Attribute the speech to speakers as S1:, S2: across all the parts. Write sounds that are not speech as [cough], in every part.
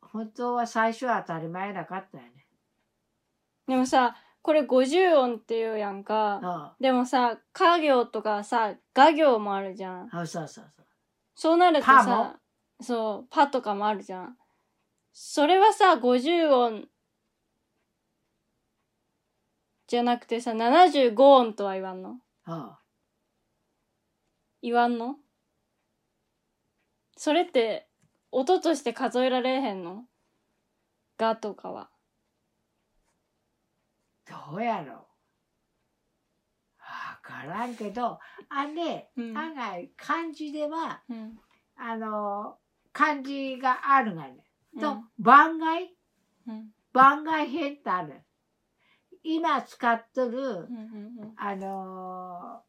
S1: 本当は最初は当たり前なかったよね。
S2: でもさ、これ50音っていうやんか。
S1: あ
S2: でもさ、家業とかさ、画業もあるじゃん。
S1: あ、あそうそうそう。
S2: そうなると
S1: パも
S2: さ、そう、パとかもあるじゃん。それはさ、50音じゃなくてさ、75音とは言わんの
S1: あ
S2: 言わんのそれって、音として数えられへんのがとかは。
S1: あ、どうやろう。わからんけど、あね、
S2: うん
S1: 案外漢字では、
S2: うん。
S1: あの、漢字があるがね。と、
S2: うん
S1: 番外
S2: うん。
S1: 番外編ってある。今使っとる、
S2: うん。うん。
S1: あのー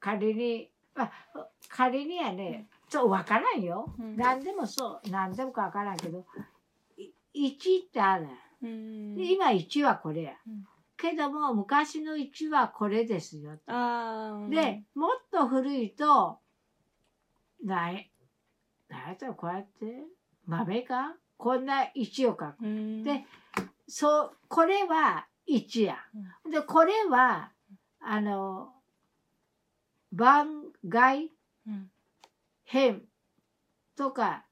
S1: 仮に、あ、仮にやね、そう、わからんよ。
S2: うん
S1: 何でもそう、何でもかわからんけど、い1ってあるやん。
S2: うん。
S1: で今1はこれや
S2: うん。
S1: けども、昔の1はこれですよ。
S2: あーうん
S1: で、もっと古いと、ない、なんやったらこうやって、豆かこんな1を書く。
S2: うん。
S1: でそう、これは1や。で、これは、あの、番外
S2: うん。
S1: 編とか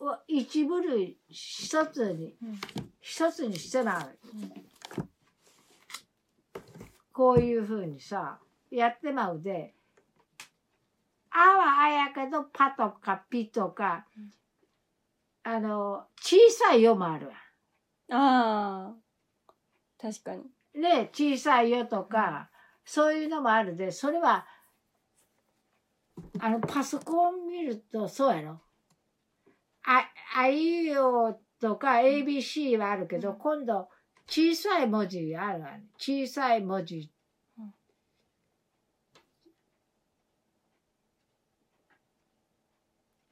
S1: を一部類一つに、
S2: うん。
S1: 一つにしてないうこういうふうにさ、やってまうで、あはあやけど、パとかピとか
S2: うん、
S1: あの、小さいよもあるわ。
S2: ああ。確かに。
S1: ね、小さいよとか、そういうのもあるで、それは、あの、パソコン見ると、そうやろ。あ、あいうえおとか ABC はあるけど、
S2: うん
S1: 今度、小さい文字あるわね。小さい文字
S2: うん。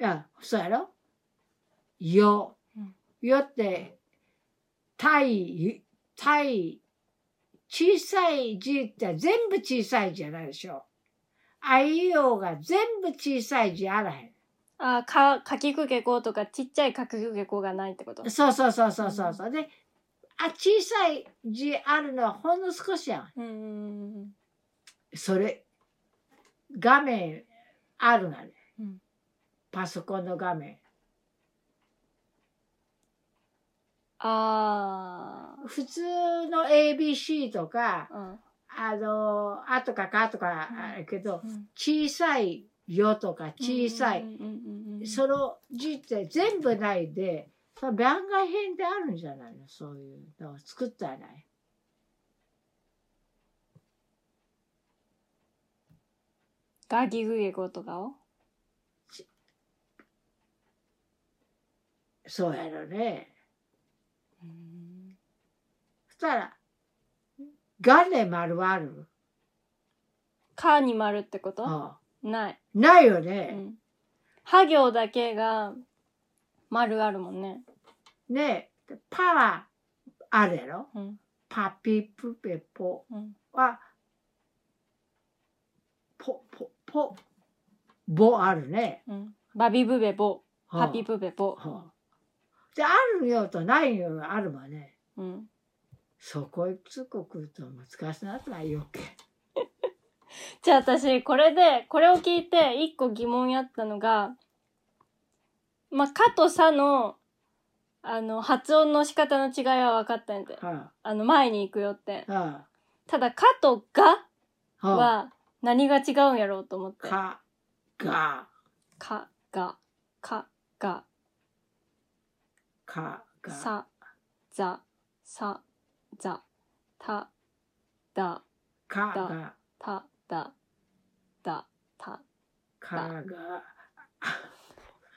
S1: あ、そうやろよ
S2: うん。
S1: よって、たい、たい、小さい字って全部小さい字じゃないでしょ。あいうおが全部小さい字あらへ
S2: ああ、か、かきくけこうとか、ちっちゃいかきくけこうがないってこと
S1: ん。。そうそうそうそうそうそう。で、あ、小さい字あるのはほんの少しやん。
S2: うんうん
S1: それ、画面あるがね。
S2: うん
S1: パソコンの画面。
S2: あ
S1: 普通の ABC とか、
S2: あ。うん。
S1: あの、あとかかとかあるけど、
S2: うん
S1: 小さいよとか小さい。
S2: うんうんうんうん
S1: その字って全部ないで、その番外編であるんじゃないのそういうのを作ったらない。
S2: かきくけこうとかを
S1: そうやろね。
S2: うん
S1: そしたら、元年丸はある
S2: かに丸ってこと
S1: ああ
S2: ない。
S1: ないよ
S2: う
S1: ね。
S2: ん。は行だけが、丸あるもんね。
S1: ねえパはあるやろ
S2: うん。
S1: パピプペポ
S2: うん。
S1: は、ポ、ポ、ポ、ボあるね。
S2: うん。バビブベボ。
S1: はあ
S2: パピブベボ。
S1: はあで、あるよとないよがあるもんね。
S2: うん。
S1: そこへ通告来ると難しくなったら余計。
S2: じゃあ私、これで、これを聞いて、一個疑問やったのが、まあ、かとさの、あの、発音の仕方の違いは分かったんやで。
S1: は
S2: あの、前に行くよって。
S1: あ、は
S2: ただ、かとが
S1: あ、はあ、
S2: は、何が違うんやろうと思って。
S1: か、が、
S2: か、が、か、が、
S1: か、が、
S2: さ、ざ、さ、ざ、た、だ、
S1: か、
S2: だ
S1: が、
S2: た、だ、だ、た、
S1: か、が、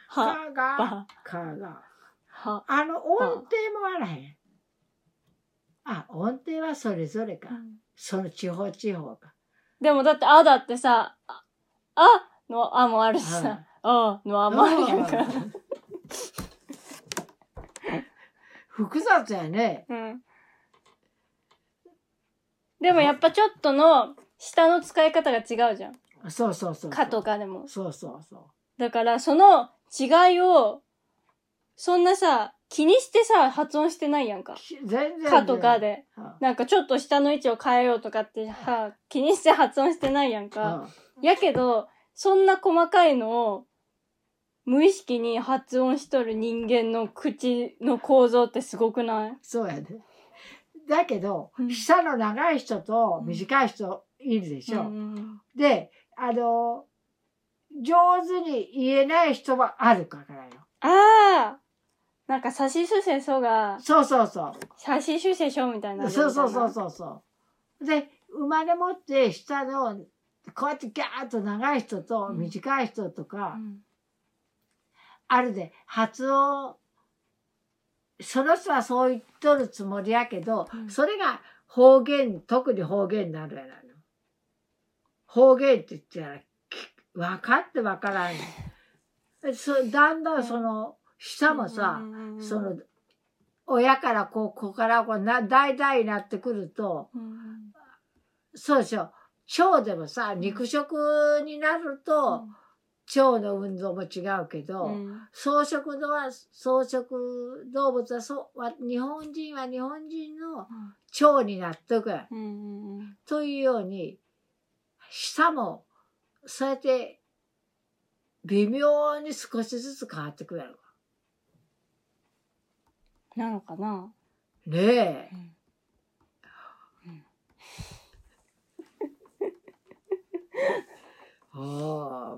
S2: は、
S1: か、が
S2: ば、
S1: か、が。
S2: は。
S1: あの音程もあらへん。あ、音程はそれぞれか。その地方地方か。
S2: でもだって、あだってさ、あ、あのあもあるしさ、あのあもあるやんか。
S1: [laughs] 複雑やね。
S2: うん。でもやっぱちょっとの、下の使い方が違うじゃん。
S1: そうそうそうそう。
S2: かとかでも。
S1: そうそうそう。
S2: だから、その違いを、そんなさ、気にしてさ、発音してないやんか。
S1: 全然。
S2: かとか。で。
S1: うん
S2: なんかちょっと下の位置を変えようとかってさ、気にして発音してないやん
S1: う
S2: か。
S1: ん
S2: やけど、そんな細かいのを、無意識に発音しとる人間の口の構造ってすごくない
S1: そうやで。だけど
S2: う、ん
S1: 舌の長い人と短い人いるでしょ。
S2: うん
S1: で、あの、上手に言えない人はあるからよ。
S2: ああなんか、差しすせそが、
S1: そうそうそう。
S2: 差しすせしょみたいな。
S1: そうそうそうそうそう。で生まれ持って下のこうやってギャーッと長い人と
S2: うん
S1: 短い人と
S2: う
S1: か、
S2: ん。
S1: あるで発音その人はそう言っとるつもりやけど、
S2: うん
S1: それが方言特に方言になるやないの。方言って言ったらき分かって分からんのそだんだんその下もさ、
S2: うんうんうんうん
S1: その、親からこう子からこうな代々になってくると
S2: うん
S1: そうでしょ腸でもさ肉食になると、腸の運動も違うけど、
S2: うん
S1: 草食のは草食動物はそうは日本人は日本人の腸になっていくやん
S2: うんうんうん
S1: というように舌もそうやって微妙に少しずつ変わってくるやろ
S2: なのかな
S1: ねえおー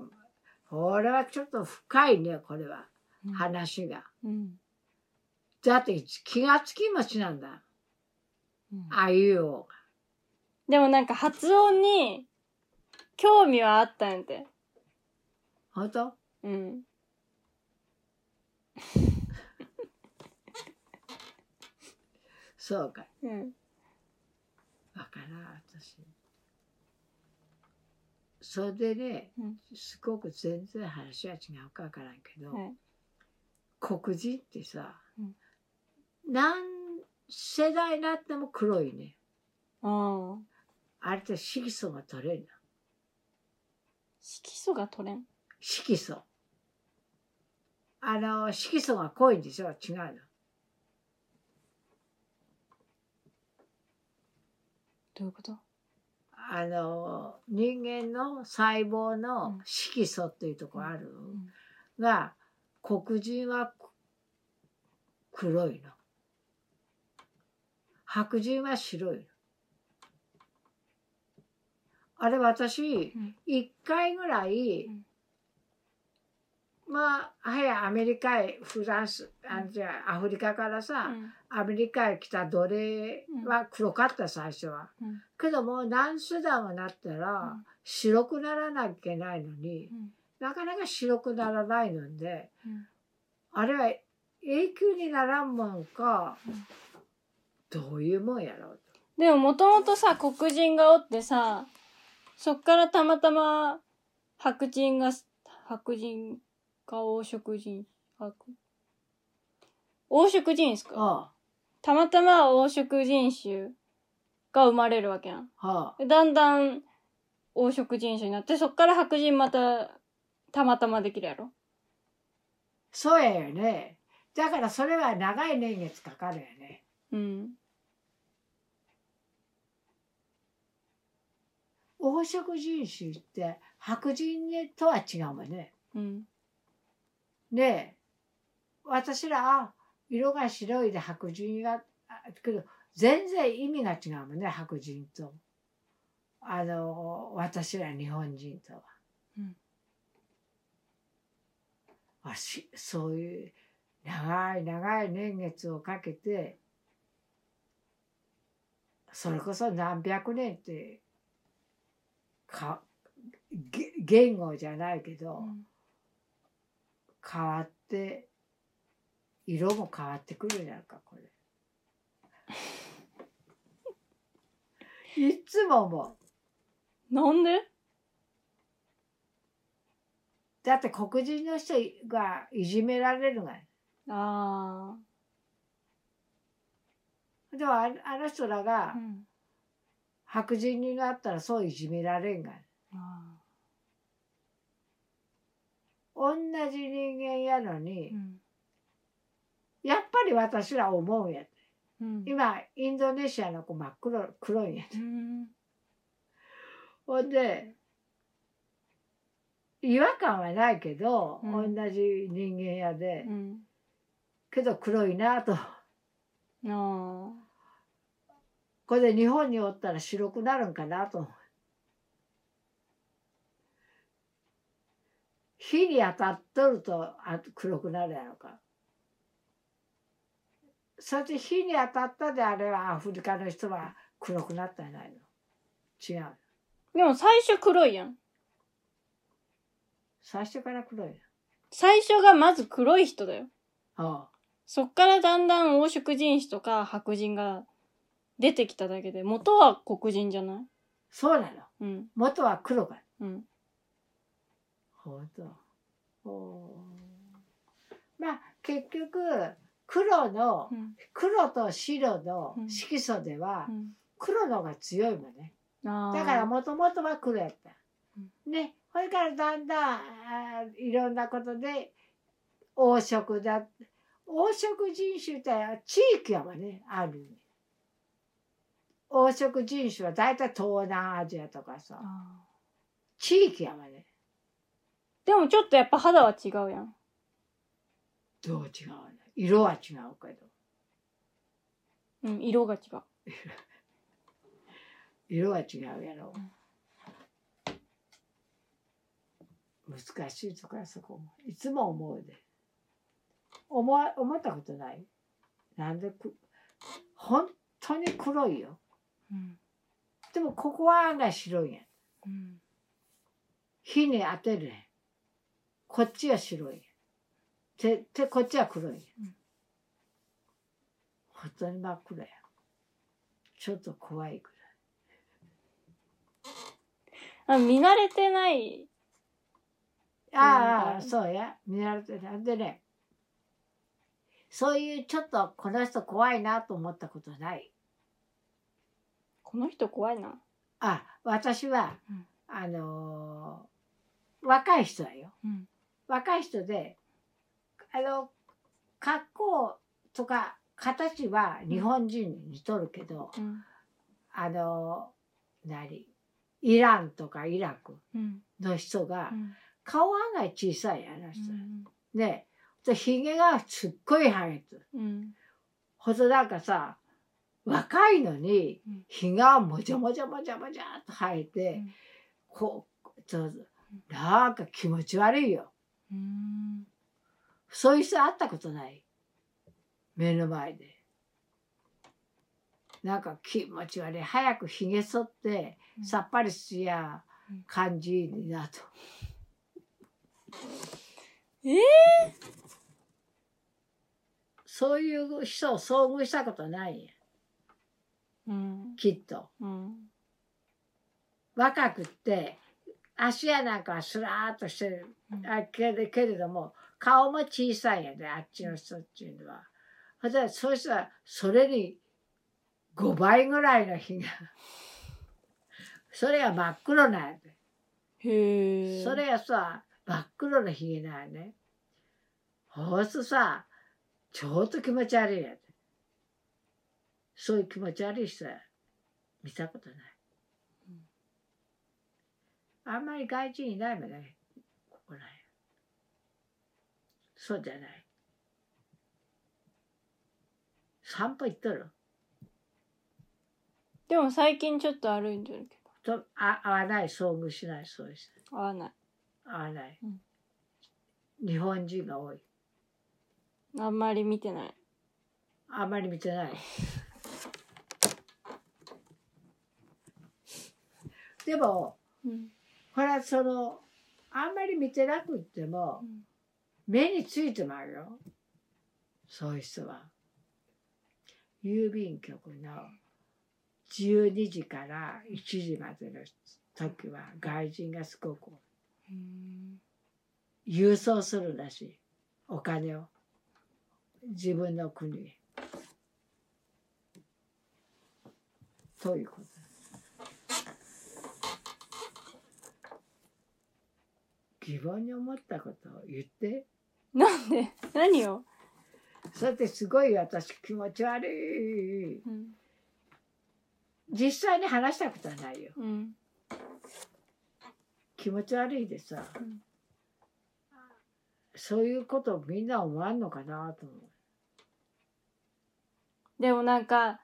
S1: これはちょっと深いねこれは話が。
S2: うん
S1: だって気がつきもしなんだ
S2: うん
S1: あいうおが。
S2: でもなんか発音に興味はあったんやて。
S1: 本当
S2: うん。
S1: そうか。
S2: うん。
S1: わからん私。それでね、
S2: うん
S1: すごく全然話は違うかわからんけど、
S2: はい
S1: 黒人ってさ、
S2: うん
S1: 何世代になっても黒いね。
S2: ああ。
S1: あれって色素が取れるの。
S2: 色素が取れん。
S1: 色素。あの、色素が濃いんでしょ違うの。
S2: どういうこと
S1: あの人間の細胞の色素っていうとこある、
S2: ん
S1: が黒人はく黒いの白人は白いのあれ私
S2: うん
S1: 一回ぐらい、まあ早アメリカへフランスあ
S2: うん
S1: じゃあアフリカから
S2: う
S1: さ、
S2: ん
S1: アメリカへ来た奴隷は黒かった最初は。
S2: うん
S1: けどもう何世代もなったら
S2: うん
S1: 白くならなきゃいけないのに
S2: うん
S1: なかなか白くならないので
S2: うん
S1: あれは永久にならんもんか
S2: うん
S1: どういうもんやろう
S2: でももともとさ、黒人がおってさ、そっからたまたま白人が、白人か黄色人、白黄色人です
S1: と。あ
S2: かたまたま黄色人種が生まれるわけやん。
S1: あはあ
S2: でだんだん黄色人種になって、そっから白人またたまたまできるやろ。
S1: そうやよね。だからそれは長い年月かかるよね。
S2: うん。
S1: 黄色人種って白人とは違うもんね。
S2: うん。
S1: ねえ私らあ色が白いで白人があけど全然意味が違うもんね白人とあの私ら日本人とは。
S2: うん
S1: あしそういう長い長い年月をかけてそれこそ何百年ってかげ言語じゃないけど。変わって色も変わってくるんやんか
S2: [laughs]
S1: これいつも思う
S2: なんで
S1: だって黒人の人がいじめられるが
S2: あ
S1: でもああの人ら
S2: あ。
S1: が
S2: うん。
S1: 白人になったらそういじめられんが
S2: あ
S1: 同じ人間やの
S2: ー
S1: に、
S2: うん
S1: り私ら思うんや。
S2: うん
S1: 今、インドネシアの子真っ黒、黒いんや。
S2: うん
S1: ほんで、違和感はないけど、
S2: うん
S1: 同じ人間やで
S2: う、ん
S1: けど黒いなと。
S2: あ
S1: これで日本におったら白くなるんかなと。火に当たっとるとあ黒くなるやろか。そして火に当たったであれはアフリカの人は黒くなったんじゃないの違う。
S2: ーでも最初黒いやん
S1: 最初から黒いの。
S2: 最初がまず黒い人だよ
S1: あ
S2: そっからだんだん黄色人種とか白人が出てきただけで元は黒人じゃない
S1: そうなの。
S2: うん
S1: 元は黒か。
S2: うん
S1: ほんと。ほうまあ結局黒の
S2: うん
S1: 黒と白の
S2: うん
S1: 色素では
S2: うん
S1: 黒の方が強いもんね。
S2: あー
S1: だからもともとは黒やった
S2: う。
S1: ね、これからだんだんあーいろんなことで黄色だ黄色人種って地域やわねある意味黄色人種は大体東南アジアとかさ
S2: あ
S1: 地域やわね
S2: ーでもちょっとやっぱ肌は違うやん
S1: どう違うの色は違うけど
S2: うん色が違う
S1: 色は違うやろ難しいとかそこもいつも思うで思わ思ったことないなんでく本当に黒いよ
S2: うん
S1: でもここは案外白いやん
S2: うん
S1: 火に当てるやんこっちは白いやんててこっちは黒いやん、
S2: うん
S1: 本当に真っ黒やんちょっと怖いく
S2: あ見慣れてない
S1: らいあああ
S2: う
S1: あ
S2: ん
S1: そうや見られてなんでねそういうちょっとこの人怖いなと思ったことない
S2: この人怖いな
S1: あ私は、
S2: うん
S1: あのー若い人だよ
S2: うん
S1: 若い人であの格好とか形は日本人に似とるけど、
S2: うん
S1: あのー何イランとかイラク
S2: うん
S1: の人が
S2: うん
S1: 顔案外小さいやな人、でひげがすっごい生えてる
S2: うん
S1: ほんとなんかさ若いのに
S2: うん
S1: ひげがもじゃもじゃもじゃもじゃっと生えて、
S2: うん
S1: こうそうなんか気持ち悪いよ
S2: うん
S1: そういう人会ったことない目の前で。なんか気持ち悪い。早くひげ剃って、
S2: うん
S1: さっぱりすや
S2: うん
S1: 感じになと。
S2: えー
S1: そういう人を遭遇したことないんや。
S2: うん
S1: きっと。
S2: うん
S1: 若くって、足やなんかはスラーっとしてる。あけれけれども顔も小さいんやであっちの人っていうのは。ほんでそうしたらそれに5倍ぐらいの日がそれが真っ黒なんや
S2: へ
S1: で
S2: え
S1: それがさ真っ黒のひげなんやね。ほうするとさちょっと気持ち悪いんやでそういう気持ち悪い人は見たことない。あんまり外人いないもんね。ここらへん。そうじゃない。散歩行っとる
S2: でも最近ちょっと歩いてるけ
S1: とあ合わない、遭遇しない、そうです。
S2: ど合わない
S1: 合わない。
S2: うん
S1: 日本人が多い。
S2: あんまり見てない
S1: あんまり見てない。でも、
S2: うん
S1: ほら、その、あんまり見てなくっても、目についてまうよそういう人は郵便局の12時から1時までの時は外人がすごく
S2: うん
S1: 郵送するらしいお金を自分の国へということ疑問に思ったことを言って
S2: なんで何を
S1: それですごい私気持ち悪い。
S2: うん
S1: 実際に話したことはないよ。
S2: うん
S1: 気持ち悪いでさ、
S2: うん
S1: そういうことをみんな思わんのかなと思う。
S2: でもなんか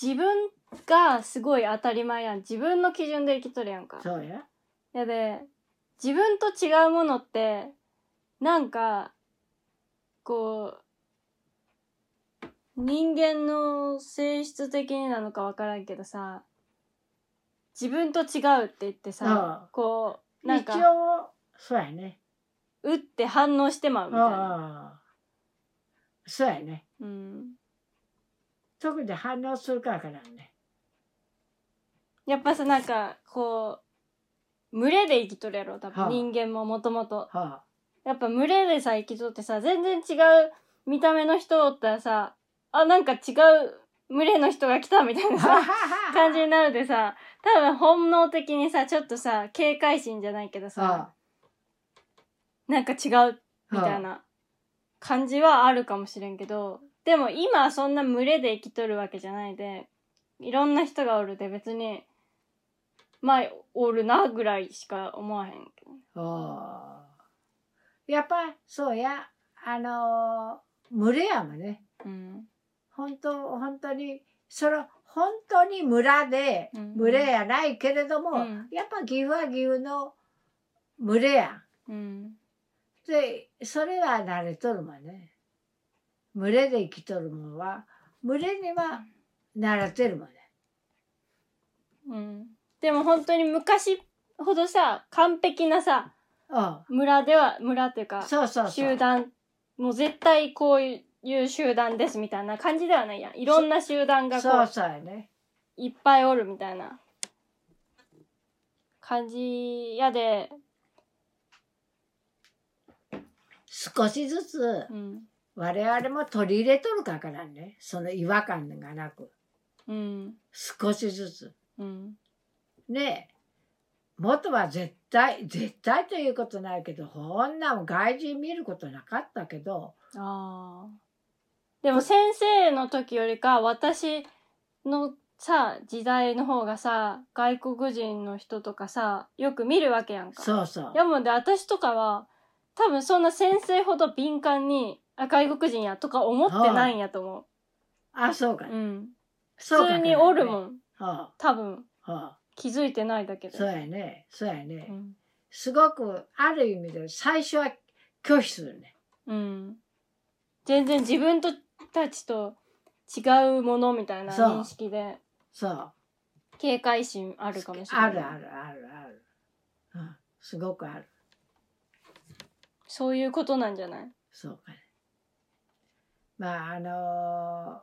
S2: 自分がすごい当たり前やん自分の基準で生きとるやんか
S1: そうや。
S2: やで自分と違うものってなんかこう人間の性質的になのか分からんけどさ自分と違うって言ってさ
S1: ああ
S2: こうなん
S1: 一
S2: か
S1: 応、そうやね。
S2: 打って反応してまうみたいな、
S1: ああ。そうやね。
S2: うん、
S1: 特に反応するからかなんね。
S2: やっぱさなんかこう群れで生きとるやろ多
S1: はあ
S2: 分人間ももともと
S1: は
S2: やっぱ群れでさ、生きとってさ、全然違う見た目の人おったらさ、あ、なんか違う群れの人が来たみたいな
S1: あ
S2: [laughs] さ、。感じになるでさ、多分本能的にさ、ちょっとさ、警戒心じゃないけどさ、
S1: は
S2: なんか違うみたい
S1: は
S2: な感じはあるかもしれんけど、でも今はそんな群れで生きとるわけじゃないで、いろんな人がおるで別に、まあ、おるなぐらいしか思わへんけ
S1: あ
S2: ど。
S1: ああ。やっぱ、そうや。あのー、群れやもんね。
S2: うん。
S1: 本当、本当に、その、本当に村で、
S2: うん
S1: 群れやないけれども、
S2: うん
S1: やっぱ岐阜は岐阜の群れやん。
S2: うん。
S1: で、それは慣れとるもんね。群れで生きとるもんは、群れには慣れてるもんね。
S2: うん、でも本当に昔ほどさ完璧なさ
S1: う。
S2: 村では村っていうんか
S1: そうそうそう。
S2: 集団もう絶対こういう集団ですみたいな感じではないやんいろんな集団がこ
S1: そう
S2: う
S1: そうやね。
S2: いっぱいおるみたいな感じやで、
S1: 少しずつ
S2: うん
S1: 我々も取り入れとるからからね。その違和感がなく。
S2: うん
S1: 少しずつ。
S2: うん
S1: ねえ元は絶対絶対ということないけどこんなん外人見ることなかったけど
S2: あーでも先生の時よりか私のさ時代の方がさ外国人の人とかさよく見るわけやんか。
S1: そうそう
S2: いやもうで私とかは多分そんな先生ほど敏感にあ外国人やとか思ってないんやと思
S1: あそうか、
S2: う、うん、
S1: そう
S2: 普
S1: か
S2: 通におるも
S1: ん、
S2: ん
S1: は
S2: 多分
S1: あはあ、
S2: 気づいてないだけで
S1: そうやねそうやね、
S2: うん、
S1: すごくある意味で最初は拒否するね
S2: うん、全然自分とたちと違うものみたいな
S1: そう
S2: 認識で
S1: そう
S2: 警戒心あるかもしれな
S1: あ
S2: い
S1: るあるあるある、うん、すごくある
S2: そういうことなんじゃない
S1: そうかねまああのー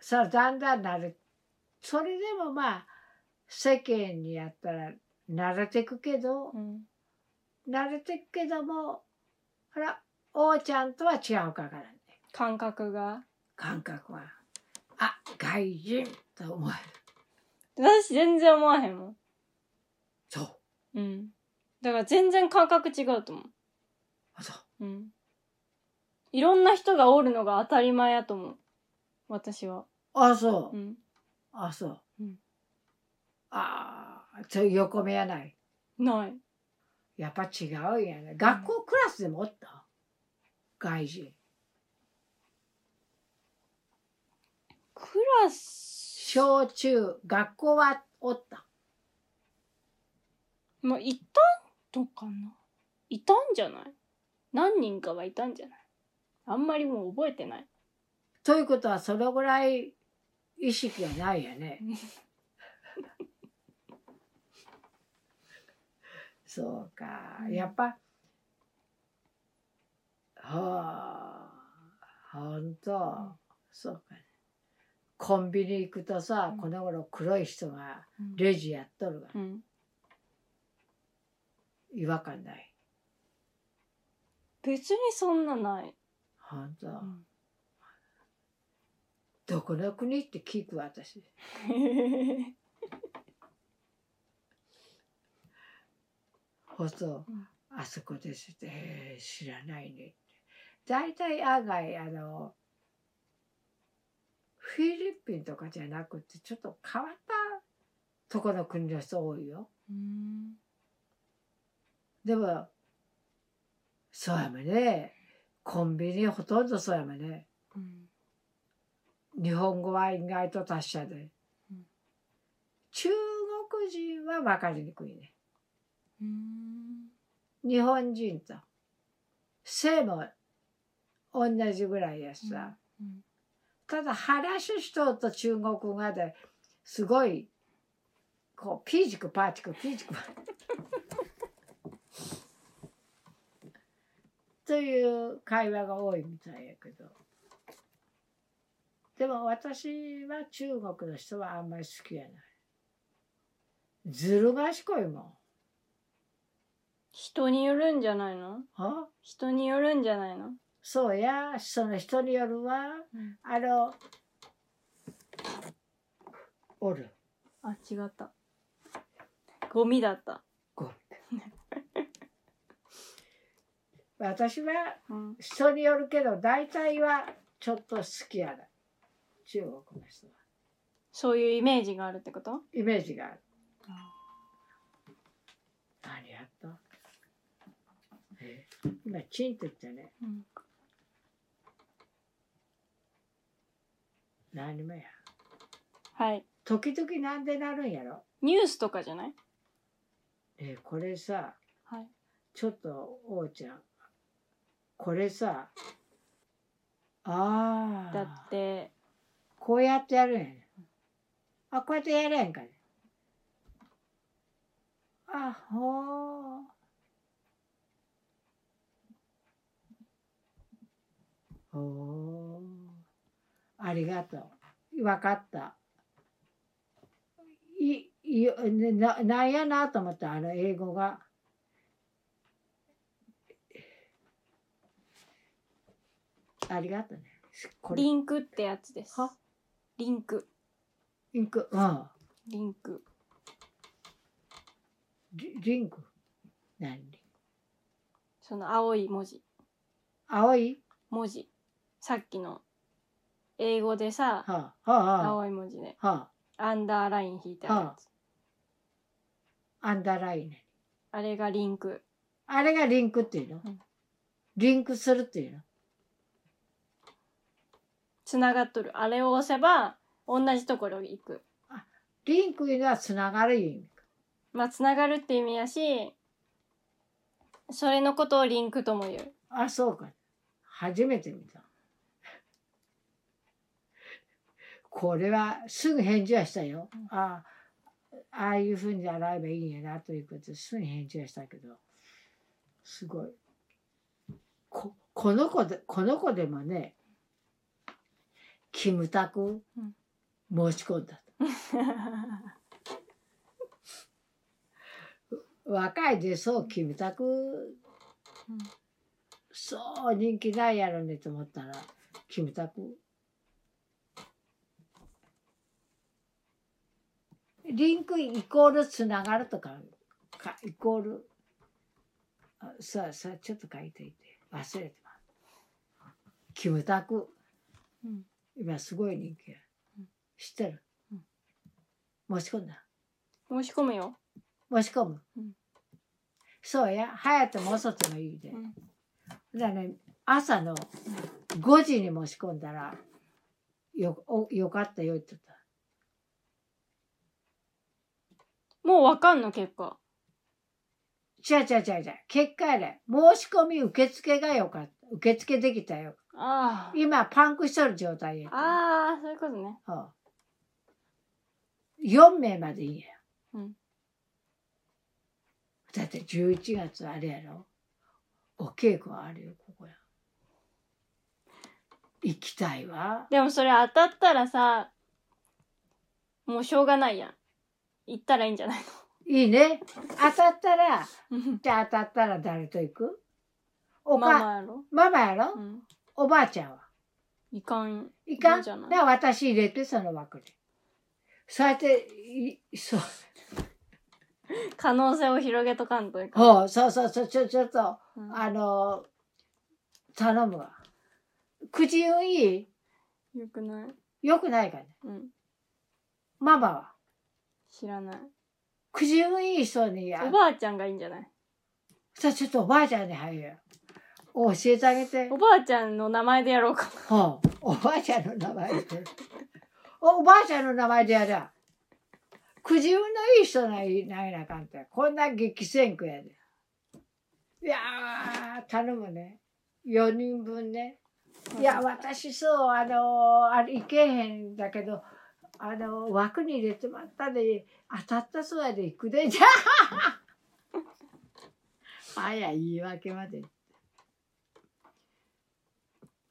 S1: さあだんだん慣れそれでもまあ世間にやったら慣れてくけど
S2: うん
S1: 慣れてくけどもほら王ちゃんとは違うからね
S2: 感覚が
S1: 感覚はあ外人と思える
S2: 私全然思わへんもん
S1: そう
S2: うんだから全然感覚違うと思う
S1: あそう
S2: うん。いろんな人がおるのが当たり前やと思う。私は。
S1: あそう、
S2: うん。
S1: あそう、
S2: うん
S1: ああちょ横目やない
S2: ない。
S1: やっぱ違うんやね。学校クラスでもおった、外人。
S2: クラス、
S1: 小中、学校はおった。
S2: もういたんのかないたんじゃない何人かはいたんじゃないあんまりもう覚えてない。
S1: ということは、そのぐらい意識がないや
S2: [laughs]
S1: ね
S2: うん。
S1: そうか
S2: う。ん
S1: やっぱ、はあ、ほんと、そうかね。コンビニ行くとさ
S2: う、ん
S1: この頃黒い人が
S2: う
S1: レジやっとるが、
S2: ん。
S1: 違和感ない。
S2: 別にそんなない。
S1: ほんと。
S2: うん
S1: どこの国って聞く私。ほそう
S2: うん
S1: あそこですって、へえ知らないねって。大体案外あのフィリピンとかじゃなくてちょっと変わったとこの国の人多いよ。
S2: うん
S1: でもそうやもんねコンビニほとんどそうやもんね
S2: うん
S1: 日本語は意外と達者で、
S2: うん
S1: 中国人は分かりにくいね
S2: うん
S1: 日本人と背も同じぐらいやしさ、
S2: うん
S1: ただ話す人と中国語ですごいこうピーチクパーチクピーチクパー
S2: [laughs]
S1: チク。という会話が多いみたいやけどでも私は中国の人はあんまり好きやないずる賢いもん
S2: 人によるんじゃないの
S1: あ
S2: 人によるんじゃないの
S1: そうやその人によるわ
S2: うん
S1: あのおる
S2: あ違ったゴミだった
S1: ゴミ [laughs] 私は
S2: うん
S1: 人によるけど大体はちょっと好きやな中国の人は
S2: そういうイメージがあるってこと
S1: イメージがある何やったえ今チンって言ってね
S2: うん
S1: 何もや
S2: はい
S1: 時々なんでなるんやろ、
S2: ニュースとかじゃない
S1: えこれさ
S2: はい
S1: ちょっと王ちゃんこれさああ
S2: だって
S1: こうやってやるんやね。あ、こうやってやるやんかね。あ、ほう。ほう。ありがとう。わかった。い、い、な、なんやなと思った、あの英語が。ありがとうね。これ
S2: リンクってやつです
S1: は
S2: リンク
S1: リンク、うん。
S2: リンク
S1: リリンク何
S2: その青い文字
S1: 青い
S2: 文字さっきの英語でさ
S1: はあ、はあ、は
S2: 青い文字で
S1: あ、は
S2: アンダーライン引いてあるやつ
S1: あ、アンダーラインね。
S2: あれがリンク
S1: あれがリンクっていうの、
S2: うん
S1: リンクするっていうの
S2: つながっとるあれを押せば同じところ行く
S1: リンクいうのはつながるいう意味か。
S2: まあつながるって意味やしそれのことをリンクとも言 [laughs] う
S1: あ、そうか。初めて見た。これはすぐ返事はしたよ。ああ、ああいうふうに洗えばいいんやなということですぐ返事はしたけど、すごい。ここの子で、この子でもね、キムタク
S2: うん
S1: 申し込んだと。若いでそう、キムタクそう人気ないやろねと思ったらキムタクリンクイコールつながるとかかイコールあさあさあちょっと書いていて忘れてますキムタク
S2: うん
S1: 今すごい人気や
S2: うん
S1: 知ってる、申し込んだ
S2: 申し込むよ
S1: 申し込む、
S2: うん
S1: そうや早くも遅くてもいいで、
S2: うん
S1: だね朝の5時に申し込んだらよおよかったよって言ってた
S2: もうわかんの結果
S1: 違う違う違う違う結果やね申し込み受付がよかった受付できたよ
S2: あー
S1: 今パンクしとる状態や
S2: あーそういうことね
S1: あ4名までいいや、
S2: うん
S1: だって11月あれやろお稽古あるよここや行きたいわ
S2: でもそれ当たったらさもうしょうがないやん行ったらいいん
S1: [laughs]
S2: じゃない
S1: いいね当たったら
S2: の
S1: じゃあ当たったら誰と行くお
S2: マ
S1: か
S2: マやろ、
S1: ママやろ、
S2: うん、
S1: おばあちゃんはい
S2: かん
S1: いか
S2: いい
S1: ん
S2: んじゃない
S1: だから私入れてその枠にそうやっていそう
S2: 可能性を広げとかんというか
S1: ほうそうそうそうちょちょっと
S2: うん
S1: あの頼むわ口運いい
S2: よくない。
S1: よくないからね。
S2: うん。
S1: ママは。
S2: 知らない。
S1: 口運いい人にや
S2: お。ばあちゃんがいいんじゃない
S1: さあちょっとおばあちゃんに入るよ。教えてあげて。
S2: おばあちゃんの名前でやろうか。
S1: はあ、おばあちゃんの名前で。おおばあちゃんの名前でやだ。くじ運のいい人ないないなあかんて。こんな激戦区やで。いやー、頼むね。4人分ね。いや、私そう、あのーあれ、行けへんだけど、あのー枠に入れてまったで、当たったそうやで行くで、じゃあ。あや、言い訳まで。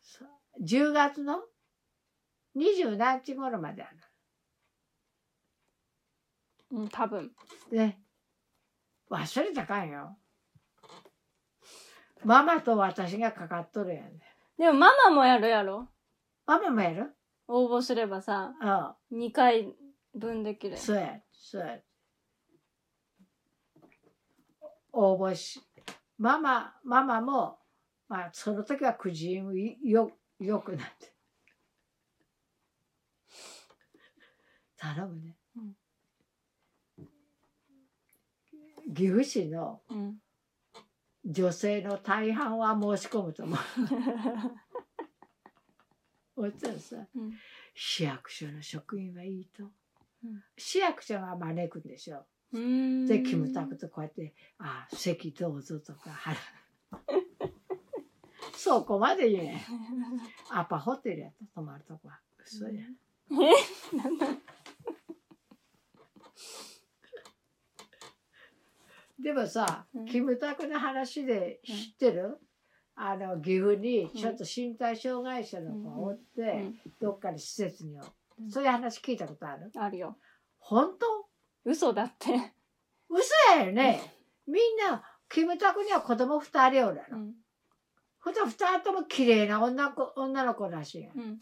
S1: そう10月の20何日頃まであ
S2: うん、多分。
S1: る。ね。忘れたかんよ。ママと私がかかっとるやんね。
S2: でもママもやるやろ。
S1: ママもやる
S2: 応募すればさ、
S1: うん。
S2: 2回分できる。
S1: そうや、そうや。応募し、ママ、ママも、まあ、その時はくじ運いよ、よくなって。 [laughs] 頼むね。
S2: うん
S1: 岐阜市の
S2: うん。
S1: 女性の大半は申し込むと思う。 [laughs] おっちゃんさ、
S2: うん
S1: 市役所の職員はいいと。
S2: うん
S1: 市役所が招くんでしょ。
S2: うーん。
S1: でキムタクとこうやって「あ席どうぞ」とか払う [laughs] そこまで言えんアパホテルやった泊まるとこは嘘
S2: [laughs]
S1: や
S2: えなんだ
S1: でもさ、
S2: うん
S1: キムタクの話で知ってる、あの岐阜にちょっと身体障害者の子がおって、
S2: うん
S1: どっかに施設におる、
S2: うん
S1: そういう話聞いたことある
S2: あるよ。
S1: 本当
S2: 嘘だって。
S1: 嘘やよね、みんなキムタクには子供二人おるやろ、
S2: ん。
S1: ほんと二人とも綺麗な女の子女の子らしいやん
S2: うん。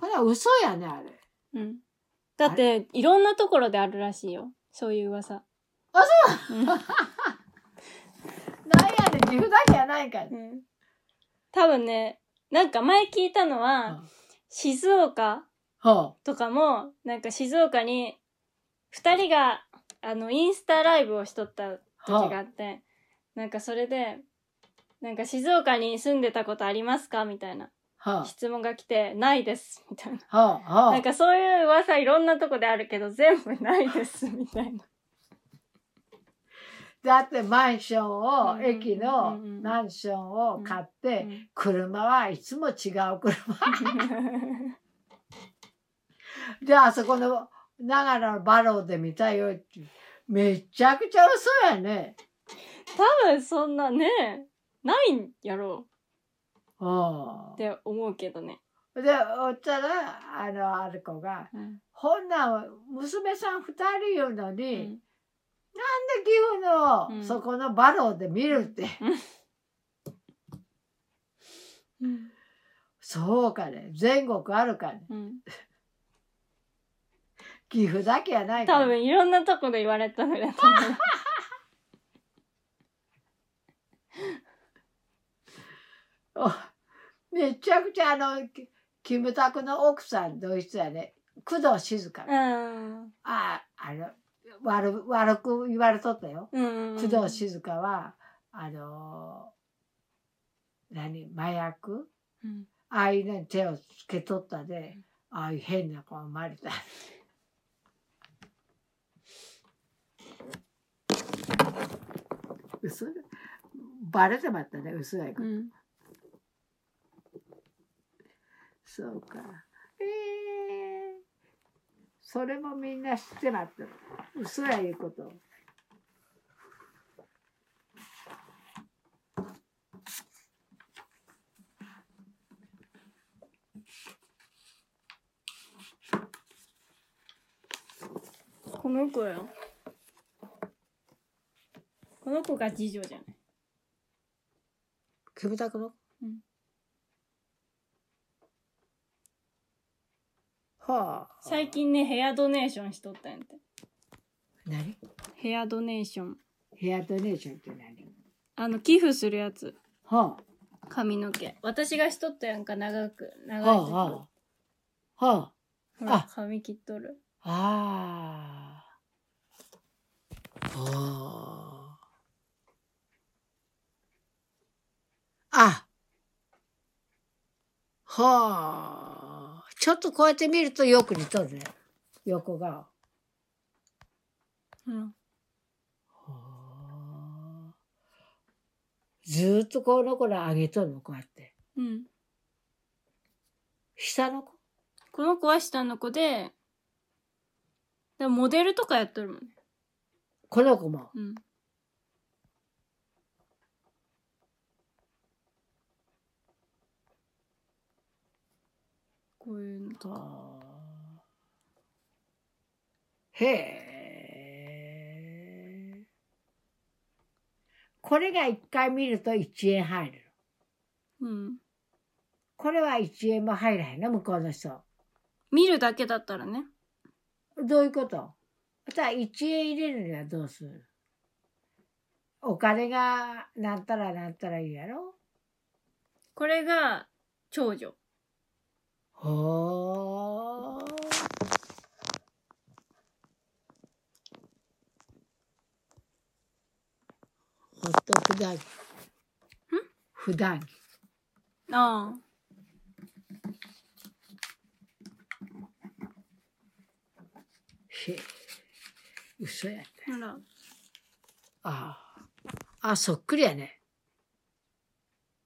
S1: ほら嘘やねあれ
S2: うん。だって、いろんなところであるらしいよ。そういう噂。
S1: あ
S2: そううん
S1: なんやねん、岐阜だけやないんかい。
S2: うん多分ね、なんか前聞いたのは、静岡
S1: ほ
S2: とかも、なんか静岡に、二人が、あの、インスタライブをしとった
S1: う。
S2: 時があって、なんかそれで、なんか静岡に住んでたことありますかみたいな
S1: ほう。
S2: 質問が来て、ないです、みたいな。
S1: ほう。ほう。
S2: なんかそういう噂いろんなとこであるけど、全部ないです、みたいな。
S1: だってマンション
S2: う
S1: を、
S2: ん
S1: 駅の
S2: うんうん
S1: マンションを買っ
S2: う
S1: て、
S2: [laughs] ん
S1: 車はいつも違う車。 [laughs] で、あそこの長野のバローで見たよって。めちゃくちゃ嘘やね。
S2: 多分そんなね、ないんやろう
S1: ほ
S2: っ
S1: う。
S2: て思うけどね。
S1: で、おったら、あの、ある子が、
S2: うん
S1: ほんなん娘さん二人いるの
S2: う
S1: に、
S2: ん
S1: 岐阜
S2: う
S1: の
S2: ん
S1: そこのバローで見るって、
S2: うん
S1: そうかね全国あるかね
S2: うん
S1: 岐阜だけやないか
S2: 多
S1: ら
S2: 分いろんなとこで言われたのだと思う
S1: おめちゃくちゃあのキキムタクの奥さん同室やね工藤静香、あ
S2: うん
S1: ああの悪悪く言われとったよ、
S2: うん
S1: 工藤静香はあの何麻薬
S2: うん
S1: ああいうのに手をつけとったでああいう変な子が生ま [laughs] れた嘘バレてまったね嘘やけど
S2: うん
S1: そうか。ええそれもみんな知ってまったの。嘘やいうこと。
S2: この子よこの子が次女じゃない
S1: キムタクの
S2: うん
S1: はあ。
S2: 最近ねヘアドネーションしとったんやって
S1: 何
S2: ヘアドネーション
S1: ヘアドネーションって何
S2: あの寄付するやつ
S1: はあ。
S2: 髪の毛。私がしとったやんか、長く。
S1: は
S2: 長
S1: あ
S2: い時。
S1: はあ。は
S2: ほら
S1: あ
S2: 髪切っとる。
S1: あ。ああ。ああ。あ。はあ。ちょっとこうやって見るとよく似とるね。横顔。
S2: うん。
S1: はあずーっとこの子ら上げとるの、こうやって。
S2: うん。
S1: 下の子
S2: この子は下の子で、でもモデルとかやっとるもんね。
S1: この子も。
S2: うん。こういうのとか。
S1: あーへえ。これが一回見ると1円入る。
S2: うん。
S1: これは1円も入らへんの、向こうの人。
S2: 見るだけだったらね。
S1: どういうことじゃあ1円入れるにはどうするお金がなんたらなんたらいいやろ
S2: これが、長女。
S1: ほー。ほっと普段着。普段着。
S2: ああ。
S1: へえ嘘やね。
S2: ほら。
S1: ああ。あ、そっくりやね。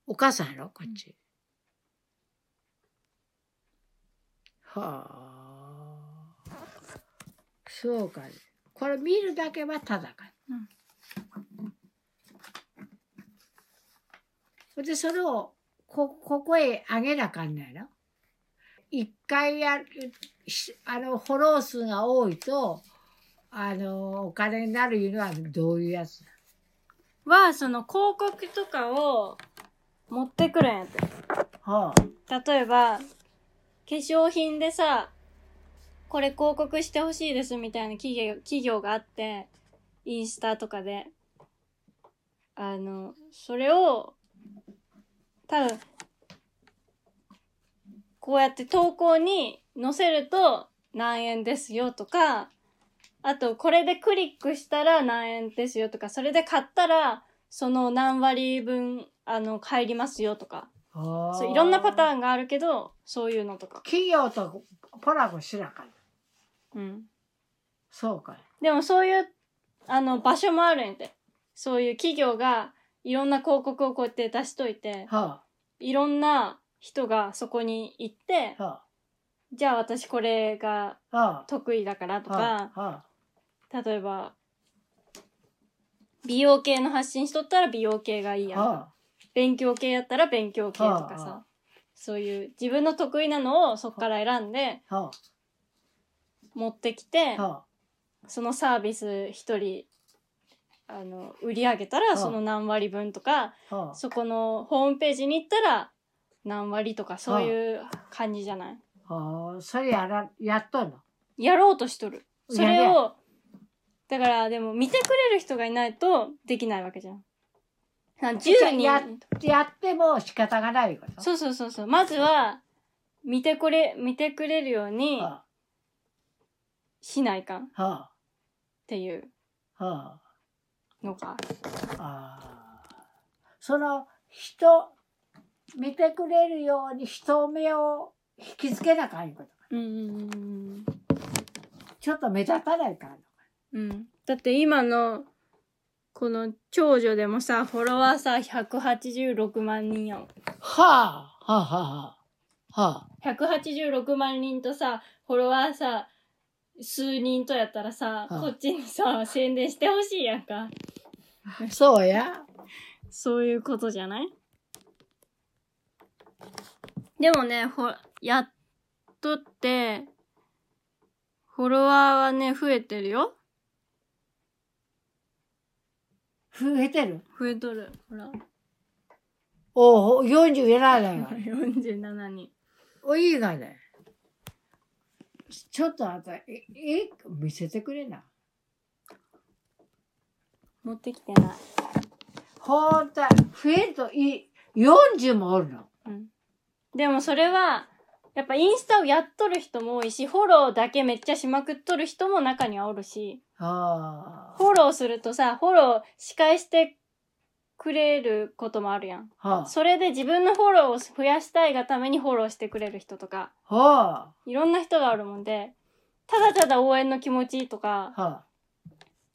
S1: お母さんやろこっち。はあ。そうかね。これ見るだけはただか。
S2: うん
S1: ほんで、それを、こ、ここへ上げなあかんないの一回やる、しあの、フォロー数が多いと、あの、お金になるいうのはどういうやつ
S2: は、その広告とかを持ってくるんやって。
S1: はあ。
S2: 例えば、化粧品でさ、これ広告してほしいですみたいな企業企業があって、インスタとかで。あの、それを、多分、こうやって投稿に載せると何円ですよとか、あとこれでクリックしたら何円ですよとか、それで買ったらその何割分、あの、入りますよとか。
S1: はあ
S2: そういろんなパターンがあるけどそういうのとか、
S1: 企業とコラボしなあかん。
S2: うん、
S1: そうかい。
S2: でもそういうあの場所もあるんやてそういう企業がいろんな広告をこうやって出しといて
S1: はい
S2: ろんな人がそこに行って
S1: あ。は
S2: じゃあ私これが
S1: あ。は
S2: 得意だからと
S1: あ。は
S2: か
S1: あ。は
S2: 例えば美容系の発信しとったら美容系がいい
S1: あ。
S2: やん
S1: は
S2: 勉強系やったら勉強系とか
S1: はあは
S2: さ
S1: あ
S2: そういう自分の得意なのをそこから選んで
S1: あ。は
S2: 持ってきて
S1: あ。は
S2: そのサービス一人あの売り上げた
S1: は
S2: ら
S1: あ
S2: その何割分とか、
S1: あ。はあ。
S2: そこのホームページに行ったら何割とかそういう感じじゃない、
S1: ああ、それやら、やっとんの。
S2: やろうとしとるそれ
S1: や
S2: をだからでも見てくれる人がいないとできないわけじゃんなんか10
S1: じゃあ
S2: 人
S1: やっても仕方がないこと。
S2: そうそうそうそうまずは見てくれ見てくれるように
S1: は
S2: しないかんっ
S1: あ、は
S2: ていう
S1: あ、は
S2: のが
S1: あ、ああ。その人、見てくれるように人目を引きつけなあかんいうこと。
S2: うんうんうん
S1: ちょっと目立たないからの。
S2: うん、だって今のこの長女でもさフォロワーさ186万人やん
S1: はあ、はあ、はあ、は
S2: 186万人とさフォロワーさ数人とやったらさ、
S1: うん
S2: こっちにさ宣伝してほしいやんか
S1: あ。そうや。
S2: そういうことじゃないでもねほやっとってフォロワーはね増えてるよ
S1: 増えてる。
S2: 増えとるほら
S1: おお、40いらないの。
S2: [laughs] 47人
S1: お、いいがね。ちょっとあんた、え、え、見せてくれな。
S2: 持ってきてない
S1: ほんと、増えるといい。 40もおるの。
S2: うんでもそれは、やっぱインスタをやっとる人も多いし、フォローだけめっちゃしまくっとる人も中にはおるし、
S1: は
S2: フォローするとさ、フォロー仕返してくれることもあるやん。
S1: あ。は
S2: それで自分のフォローを増やしたいがためにフォローしてくれる人とか、
S1: あ。はあ。
S2: いろんな人があるもんで、ただただ応援の気持ちとか、
S1: は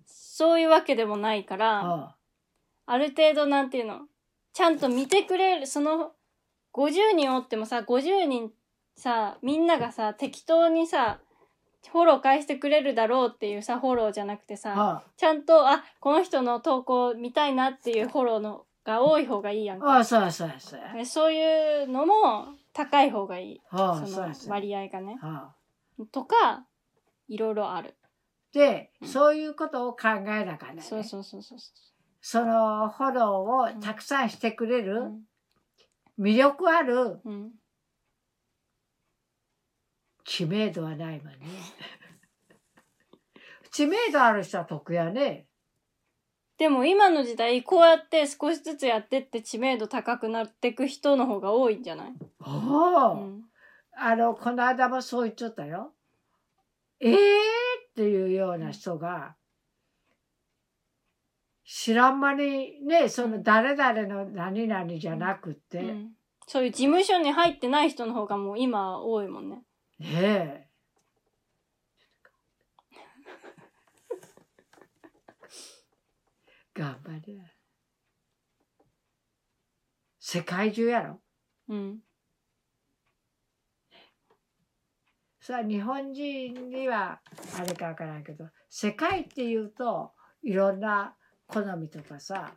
S2: そういうわけでもないか
S1: あ。
S2: ら、
S1: は
S2: ある程度なんていうの、ちゃんと見てくれる、その、50人おってもさ、50人さ、みんながさ、適当にさ、フォロー返してくれるだろうっていうさ、フォローじゃなくて
S1: あ。
S2: さ、
S1: は
S2: ちゃんと、あ、この人の投稿見たいなっていうフォローのが多い方がいいやん
S1: あ。ああ、そうやそうやそうや。
S2: か。そういうのも高い方がいい。
S1: はあ、
S2: そ
S1: そう
S2: の
S1: やそうや。
S2: 割合がね。
S1: はあ。
S2: とか、いろいろある。
S1: で、
S2: うん
S1: そういうことを考えなかな、ね。
S2: そうそうそうそうそ
S1: そのフォローをたくさんしてくれ
S2: う。
S1: る、
S2: うん
S1: 魅力ある
S2: うん。
S1: 知名度はないわね。 [laughs] 知名度ある人は得やね。
S2: でも今の時代こうやって少しずつやってって知名度高くなってく人の方が多いんじゃない、う
S1: おお、
S2: ん、
S1: あの、この間もそう言っちゃったよ。ええー、っていうような人が、知らん間にね、その誰々の何々じゃなくて、
S2: うんそういう事務所に入ってない人の方がもう今は多いもんね。
S1: ねえ。頑張れ。世界中やろ。
S2: うん。
S1: さあ日本人にはあれかわからんけど世界っていうといろんな好みとかさ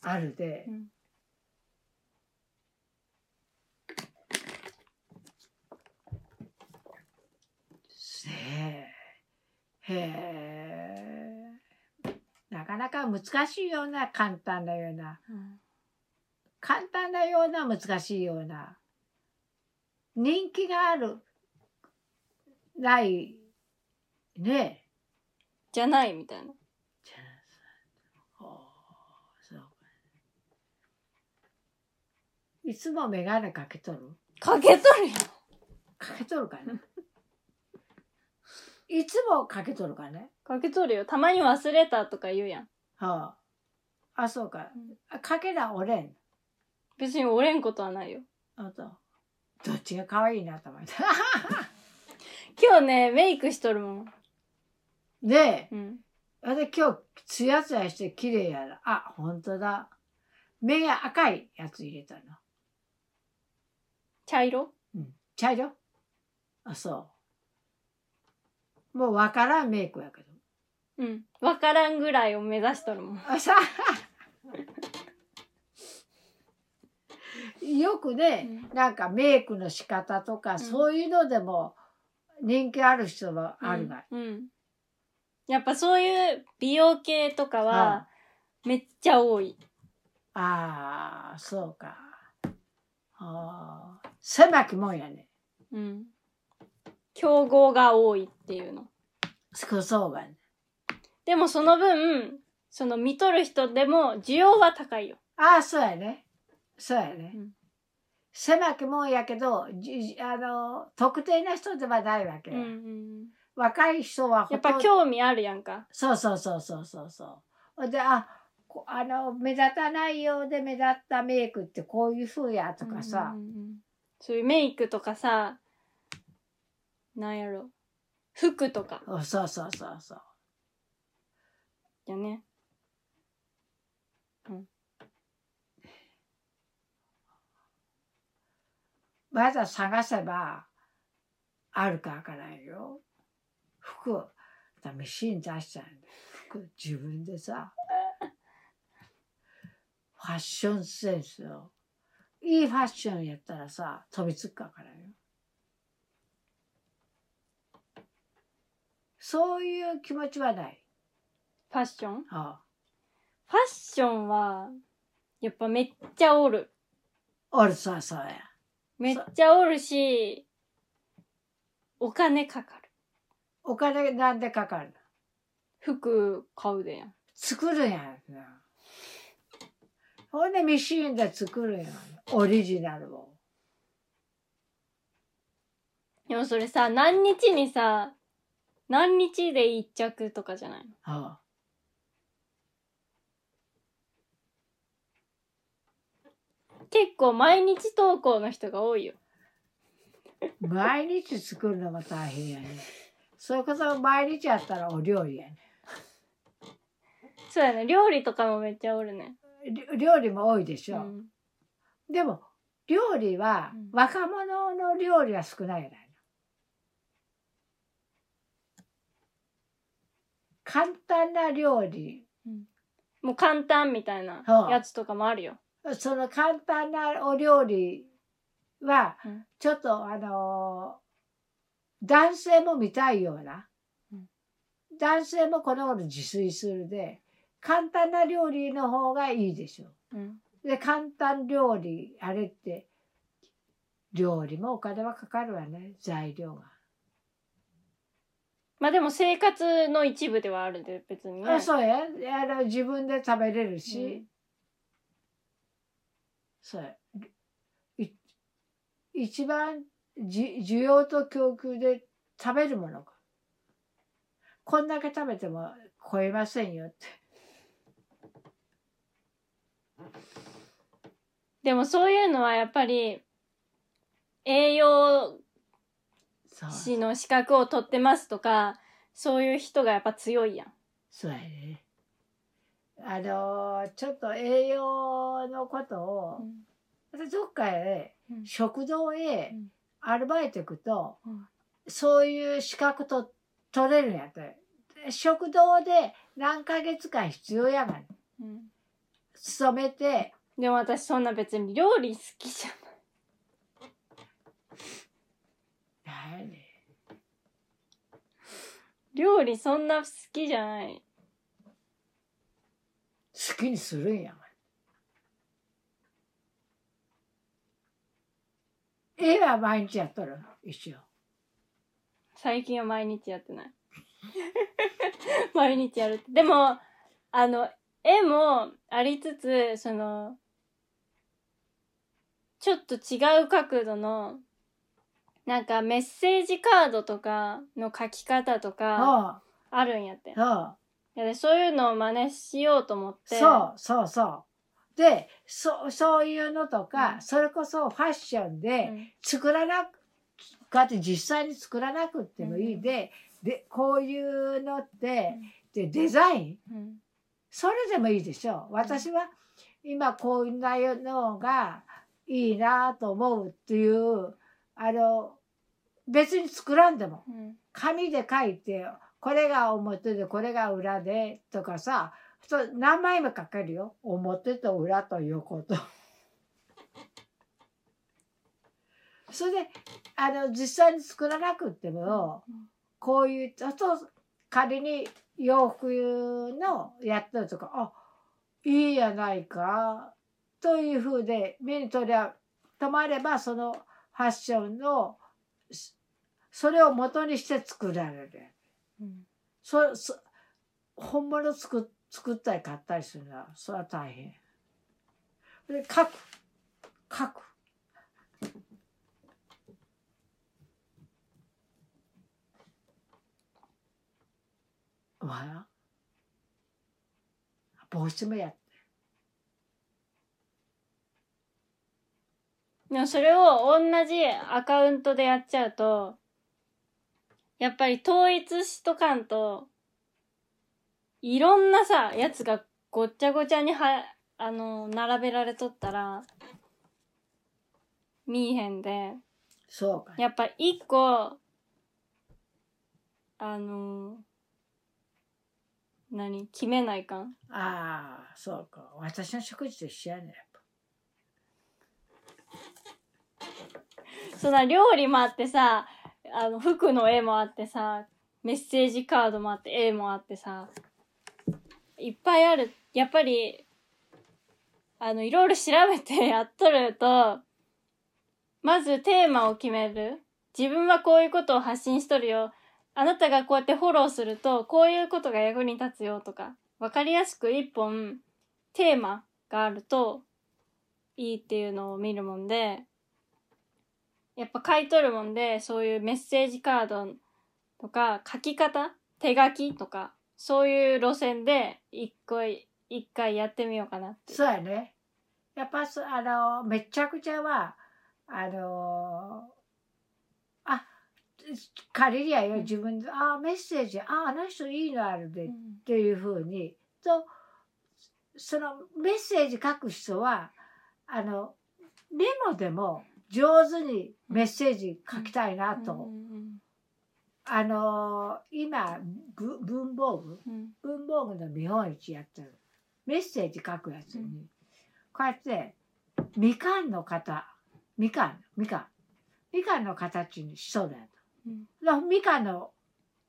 S1: あるで、
S2: うん
S1: せえへえなかなか難しいような簡単なような
S2: うん
S1: 簡単なような難しいような人気があるないね
S2: じゃないみたいな。
S1: えあーそうかいつも眼鏡かけとる
S2: かけとるやん。
S1: かけとるか
S2: [laughs]
S1: ねいつもかけとるかね
S2: かけとるよ。たまに忘れたとか言うやん。
S1: はああそうか
S2: うん
S1: あかけなおれん
S2: 別に折れんことはないよ。
S1: あとどっちが可愛いなと思って [laughs]
S2: 今日ね、メイクしとるもん。
S1: ねえ
S2: うん。
S1: あれ今日ツヤツヤして綺麗やな。あ、本当だ。目が赤いやつ入れたの。
S2: 茶色
S1: うん。茶色あ、そう。もうわからんメイクやけど。
S2: うん。わからんぐらいを目指しとるもん。
S1: あ、さよくね、なんかメイクの仕方とか、
S2: ん
S1: そういうのでも人気ある人はあるがい。
S2: うん、うんやっぱそういう美容系とかはめっちゃ多い、
S1: ああ、そうか。ああ、狭きもんやね。
S2: うん、競合が多いっていうの
S1: 少そうがね。
S2: でもその分その見とる人でも需要は高いよ
S1: ああ、そうやね。そうやね。
S2: うん
S1: 狭きもんやけど、じあの、特定な人ではないわけ。
S2: うんうん
S1: 若い人は
S2: や
S1: ほ
S2: っ
S1: とん
S2: ぱ
S1: ど。
S2: 興味あるやんか
S1: そうそうそうそうそうそう。で、あ、こあの、目立たないようで目立ったメイクってこういう風やとかさ
S2: う。んうんうんそういうメイクとかさなんやろ服とか
S1: おそうそうそうそう。
S2: やね
S1: まだ探せば、あるかわからんよ。服、だミシン出したんだよ服、自分でさ。ファッションセンスを。いいファッションやったらさ、飛びつくかわからんよ。そういう気持ちはない。
S2: ファッションフ
S1: あ
S2: ァッションはやっぱめっちゃおる
S1: あ俺さ、そうや。
S2: めっちゃおるし、お金かかる。
S1: お金なんでかかるの
S2: 服買うでやん。
S1: 作るやんな。ほんでミシンで作るよ。オリジナルを。
S2: でもそれさ、何日にさ、何日で一着とかじゃないの
S1: ああ
S2: 結構毎日投稿の人が多いよ。
S1: 毎日作るのが大変やね。それこそ毎日やったらお料理やね。
S2: そうやね。料理とかもめっちゃおるね。
S1: り料理も多いでし
S2: う
S1: ょ。
S2: ん。
S1: でも料理は、
S2: うん
S1: 若者の料理は少ないよね。簡単な料理
S2: もう簡単みたいな
S1: はあ
S2: やつとかもあるよ。
S1: その簡単なお料理は
S2: うん
S1: ちょっとあのー男性も見たいような
S2: うん
S1: 男性もこの頃自炊するで簡単な料理の方がいいでしょ
S2: うん。
S1: う。で簡単料理あれって料理もお金はかかるわね材料が。
S2: まあでも生活の一部ではあるで、別にね。
S1: あそうやあの自分で食べれるし、
S2: うん
S1: そうやい一番じ需要と供給で食べるものかこんだけ食べても超えませんよって
S2: でもそういうのはやっぱり、栄養
S1: そう
S2: 士の資格を取ってますとか、そういう人がやっぱ強いやん。
S1: そうやねあのちょっと栄養のことを、私どっかへ、
S2: うん
S1: 食堂へ
S2: うん
S1: アルバイト行くと、
S2: うん
S1: そういう資格と取れるんやってで食堂で何ヶ月間必要やがん
S2: うん
S1: 勤めて
S2: でも私そんな別に料理好きじゃん。
S1: なんやね
S2: 料理そんな好きじゃない。
S1: 好きにするんやがん絵は毎日やっとる一応
S2: 最近は毎日やってない。 [laughs] 毎日やるって。でも、あの、絵もありつつ、その、ちょっと違う角度の、なんかメッセージカードとかの書き方とか
S1: ああ
S2: あるんやって。
S1: ああ
S2: いやでそういうのを真似しようと思って。
S1: そうそうそうでそそういうのとか、
S2: うん
S1: それこそファッションで、
S2: うん
S1: 作らなくこうやって実際に作らなくってもいいで,、でこういうのってでデザイン
S2: うん
S1: それでもいいでしょう私は今こんなのがいいなと思うっていうあの別に作らんでも
S2: うん
S1: 紙で書いてこれが表でこれが裏でとかさそう何枚も書けるよ表と裏と横と。それであの実際に作らなくってもこういうちょっと仮に洋服のやってるとかあいいやないかというふうで目に取りゃ止まればそのファッションのしそれを元にして作られる。
S2: うん
S1: そそ本物作作ったり買ったりするのはそれは大変。で書く書く。おはよう帽子もやって
S2: でもそれを同じアカウントでやっちゃうと、やっぱり統一しとかんと、いろんなさ、やつがごっちゃごちゃには、あの、並べられとったら、見えへんで、
S1: そうか
S2: やっぱ一個、あの、何決めないかん。
S1: ああそうか私の食事と一緒やねやっぱ
S2: そんな料理もあってさ、あの、服の絵もあってさ、メッセージカードもあって、絵もあってさ、いっぱいある。やっぱり、あの、いろいろ調べて [laughs] やっとると、まずテーマを決める。自分はこういうことを発信しとるよ。あなたがこうやってフォローすると、こういうことが役に立つよとか、わかりやすく一本、テーマがあるといいっていうのを見るもんで、やっぱ買い取るもんで、そういうメッセージカードとか、書き方手書きとか、そういう路線で一個い、一回やってみようかなって。
S1: そうやね。やっぱそあのめちゃくちゃはあのあ借りりゃよ
S2: うん
S1: 自分で、あメッセージああの人いいのあるで、
S2: う
S1: っ
S2: ん
S1: ていうふうにとそのメッセージ書く人はあのメモでも上手にメッセージ書きたいなと、
S2: うん
S1: あの今ぶ文房具
S2: うんうん
S1: 文房具の見本市やってるメッセージ書くやつに、
S2: う
S1: こうやってみかんの型みかんみかんみかんの形にしそうだよ、
S2: うん
S1: だからみかんの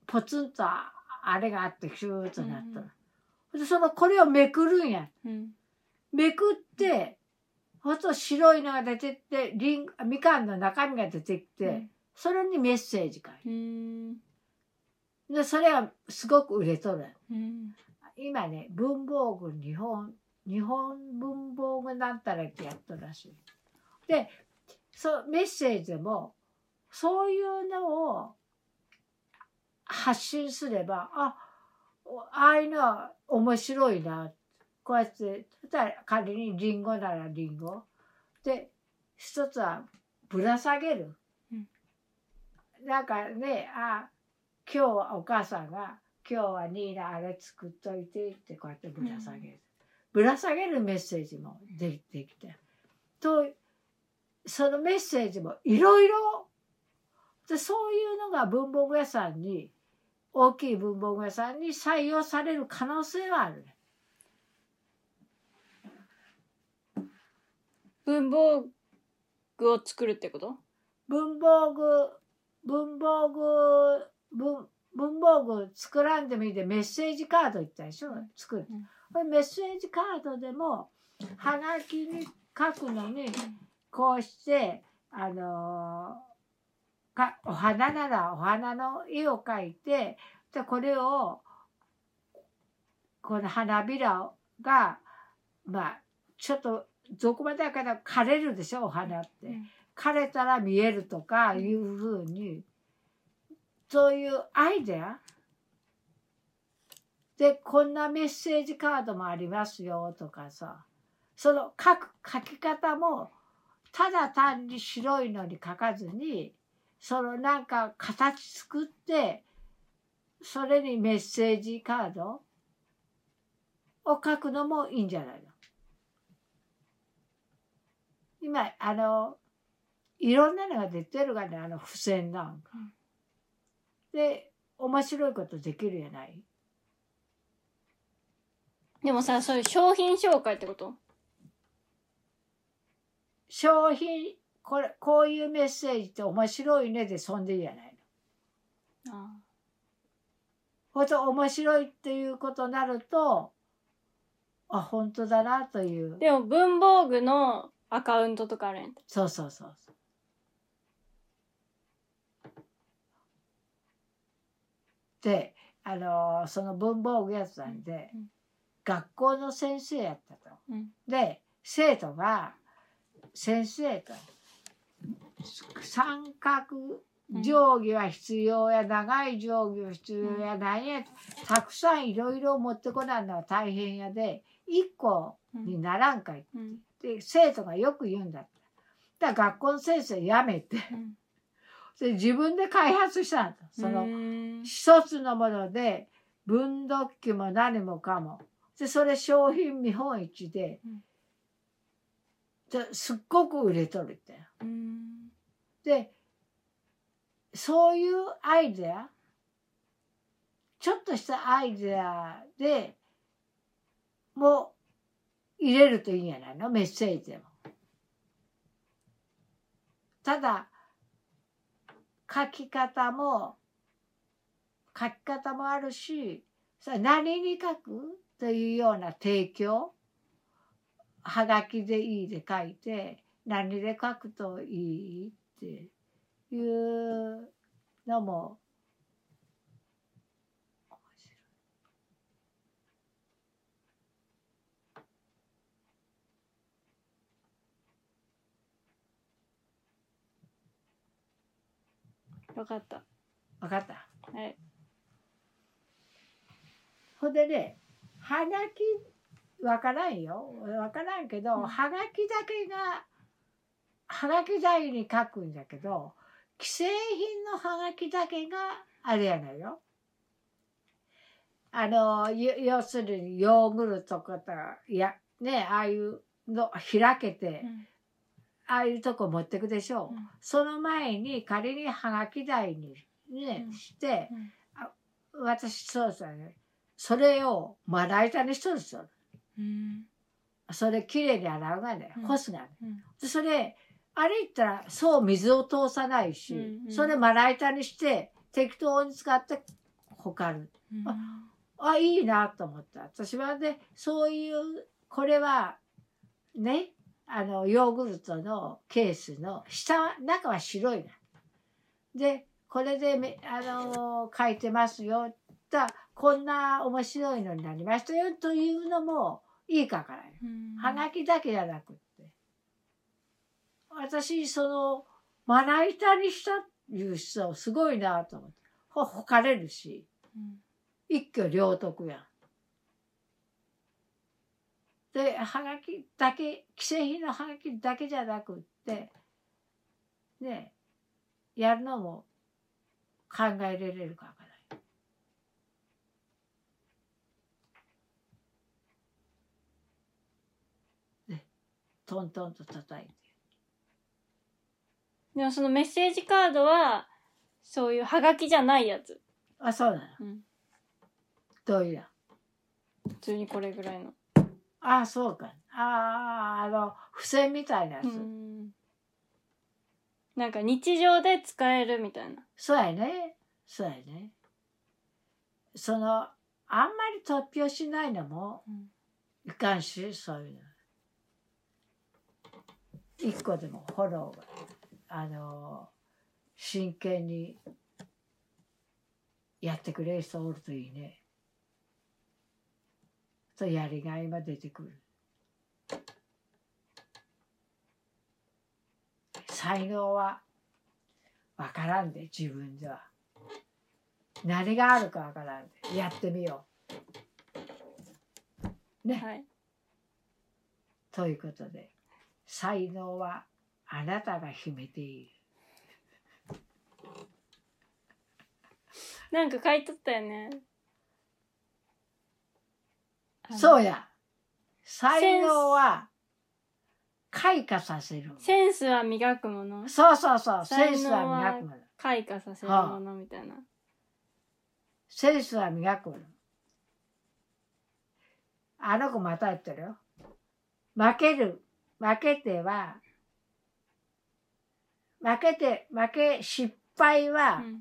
S1: ポツンとああれがあってシューッとなったの、でそのこれをめくるんや
S2: うん
S1: めくってほんと白いのが出てってりんみかんの中身が出てきて、それにメッセージ書い
S2: うん
S1: てでそれはすごく売れとるの
S2: うん
S1: 今ね文房具日本日本文房具なんたらってやったらしい。でそうメッセージでもそういうのを発信すればあおああいうのは面白いなこうやって例えば仮にリンゴならリンゴで一つはぶら下げる、
S2: うん
S1: なんかねあ今日はお母さんが「今日はニーナあれ作っといて」ってこうやってぶら下げる、ぶら下げるメッセージもできてきてとそのメッセージもいろいろでそういうのが文房具屋さんに大きい文房具屋さんに採用される可能性はあるね。
S2: 文房具を作るってこと
S1: 文房具文房具文文房具作らんでもいいでメッセージカード言ったでしょ
S2: うん
S1: 作る
S2: うん、
S1: これメッセージカードでもはがきに書くのにこうしてあのーかお花ならお花の絵を描いてでこれをこの花びらがまあちょっとどこまでだから枯れるでしょお花って。枯れたら見えるとかいうふうに、そういうアイデアでこんなメッセージカードもありますよとかさその書く書き方もただ単に白いのに書かずにそのなんか形作ってそれにメッセージカードを書くのもいいんじゃないの今あのいろんなのが出てるがねあの付箋なんか。
S2: うん
S1: で面白いことできるやない
S2: でもさそういう商品紹介ってこと
S1: 商品これこういうメッセージって面白いねでそんでいいやないの。
S2: あ
S1: ほんと面白いっていうことになるとあ本当だなという
S2: でも文房具のアカウントとかあるやん
S1: そうそうそうそう。であのその文房具屋さんで、
S2: うん
S1: 学校の先生やったと。
S2: うん
S1: で生徒が先生と三角定規は必要や長い定規は必要や何やたくさんいろいろ持ってこないのは大変やで一個にならんかいっ
S2: うん
S1: て生徒がよく言うんだって。だから学校の先生やめて
S2: うん
S1: で自分で開発したんだその
S2: うん
S1: 一つのもので分度器も何もかもでそれ商品見本市で
S2: うん、
S1: ですっごく売れとるって
S2: うん
S1: でそういうアイデアちょっとしたアイデアでもう入れるといいんじゃないのメッセージでも。ただ書き方も書き方もあるしさ何に書くというような提供はがきでいいで書いて何で書くといいっていうのも面白い
S2: わかった。
S1: 分かった
S2: はい。
S1: ほんでねはがきわからんよわからんけど、
S2: うん
S1: はがきだけがはがき材に書くんだけど既製品のはがきだけがあれやないよ。あのゆ要するにヨーグルトとかいやねああいうの開けて、ああいうとこ持ってくでしょう、
S2: うん
S1: その前に仮にはがき台にね、
S2: うん
S1: して
S2: う、ん
S1: 私そうですよねそれをまな板にしとるんですよ
S2: うん。
S1: それきれいに洗うがね
S2: うん
S1: 干すがね、
S2: うん
S1: でそれあれ言ったらそう水を通さないし、
S2: うんうん
S1: それまな板にして適当に使ってほかる
S2: うん
S1: あいいなと思った私はねそういうこれはねあのヨーグルトのケースの下は中は白いな。でこれでめあの書いてますよだこんな面白いのになりましたよというのもいいかからよ。
S2: うん
S1: はがきだけじゃなくって私そのまな板にしたっていう人はすごいなと思ってほほかれるし。
S2: うん
S1: 一挙両得やん。で、はがきだけ、既製品のはがきだけじゃなくって、ね、やるのも考えられるかわからない。ねトントンと叩いて。
S2: でもそのメッセージカードは、そういうはがきじゃないやつ。
S1: あ、そうなの。
S2: うん
S1: どういうの
S2: 普通にこれぐらいの。
S1: あ、そうか。ああ、あの、付箋みたいなやつ。
S2: うんなんか日常で使えるみたいな。
S1: そうやね。そうやね。その、あんまり突拍しないのも
S2: うん、
S1: いかんし、そういうの。一個でもフォローが、あの、真剣にやってくれる人おるといいね。と、やりがいが出てくる。才能はわからんで自分では何があるかわからんでやってみよね
S2: はい。
S1: うということで才能はあなたが秘めている
S2: なんか書いとったよね。う。
S1: そうや才能は開花させる
S2: センスは磨くもの。
S1: そうそうそうセ
S2: 才能は
S1: ンスは磨くもの
S2: 開花させるものみたいな。
S1: センスは磨くものあの子またやってるよ負ける負けては負けて負け失敗は、
S2: うん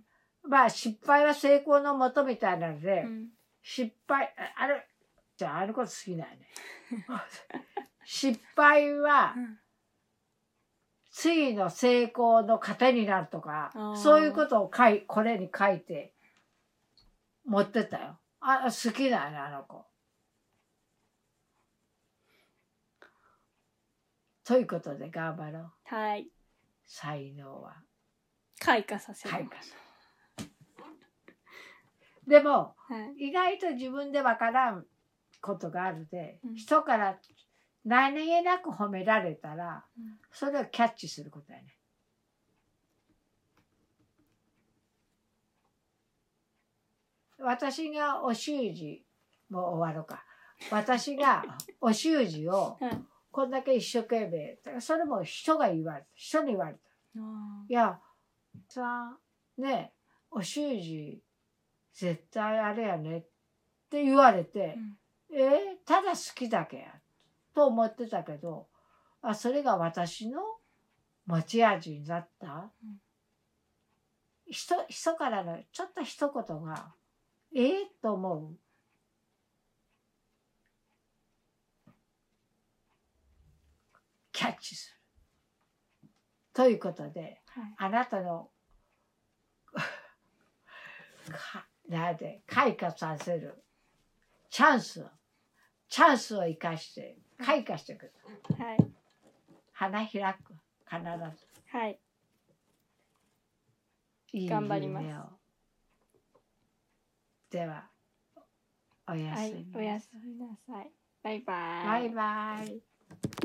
S1: まあ失敗は成功のもとみたいなので、
S2: うん
S1: 失敗ああれじゃああのこと好きなんやね失敗は
S2: うん
S1: 次の成功の糧になるとか
S2: あー
S1: そういうことを書いこれに書いて持ってったよあ好きだねあの子ということで頑張ろう
S2: はい。
S1: 才能は
S2: 開花させる。
S1: 開花するでも
S2: はい。
S1: 意外と自分でわからんことがあるで、
S2: うん
S1: 人から何気なく褒められたら、
S2: うん
S1: それをキャッチすることやね。私がお習字もう終わろうか私がお習字
S2: [laughs]
S1: を
S2: はい
S1: こんだけ一生懸命それも人が言われた人に言われた
S2: あ
S1: いやさんねお習字絶対あれやねって言われて
S2: ーう、ん
S1: えーただ好きだけやと思ってたけどあそれが私の持ち味になった、
S2: うん
S1: 人人からのちょっと一言がええと思う。キャッチする。ということで。
S2: はい。
S1: あなたのかなんで開花させるチャンスをチャンスを生かして開花してくる
S2: はい。
S1: 花開く必ず
S2: はい。
S1: いい
S2: 頑張ります
S1: 夢をでは、おや
S2: は
S1: す
S2: い
S1: み。、
S2: おやすみなさい。バイバイ。
S1: バイバイ。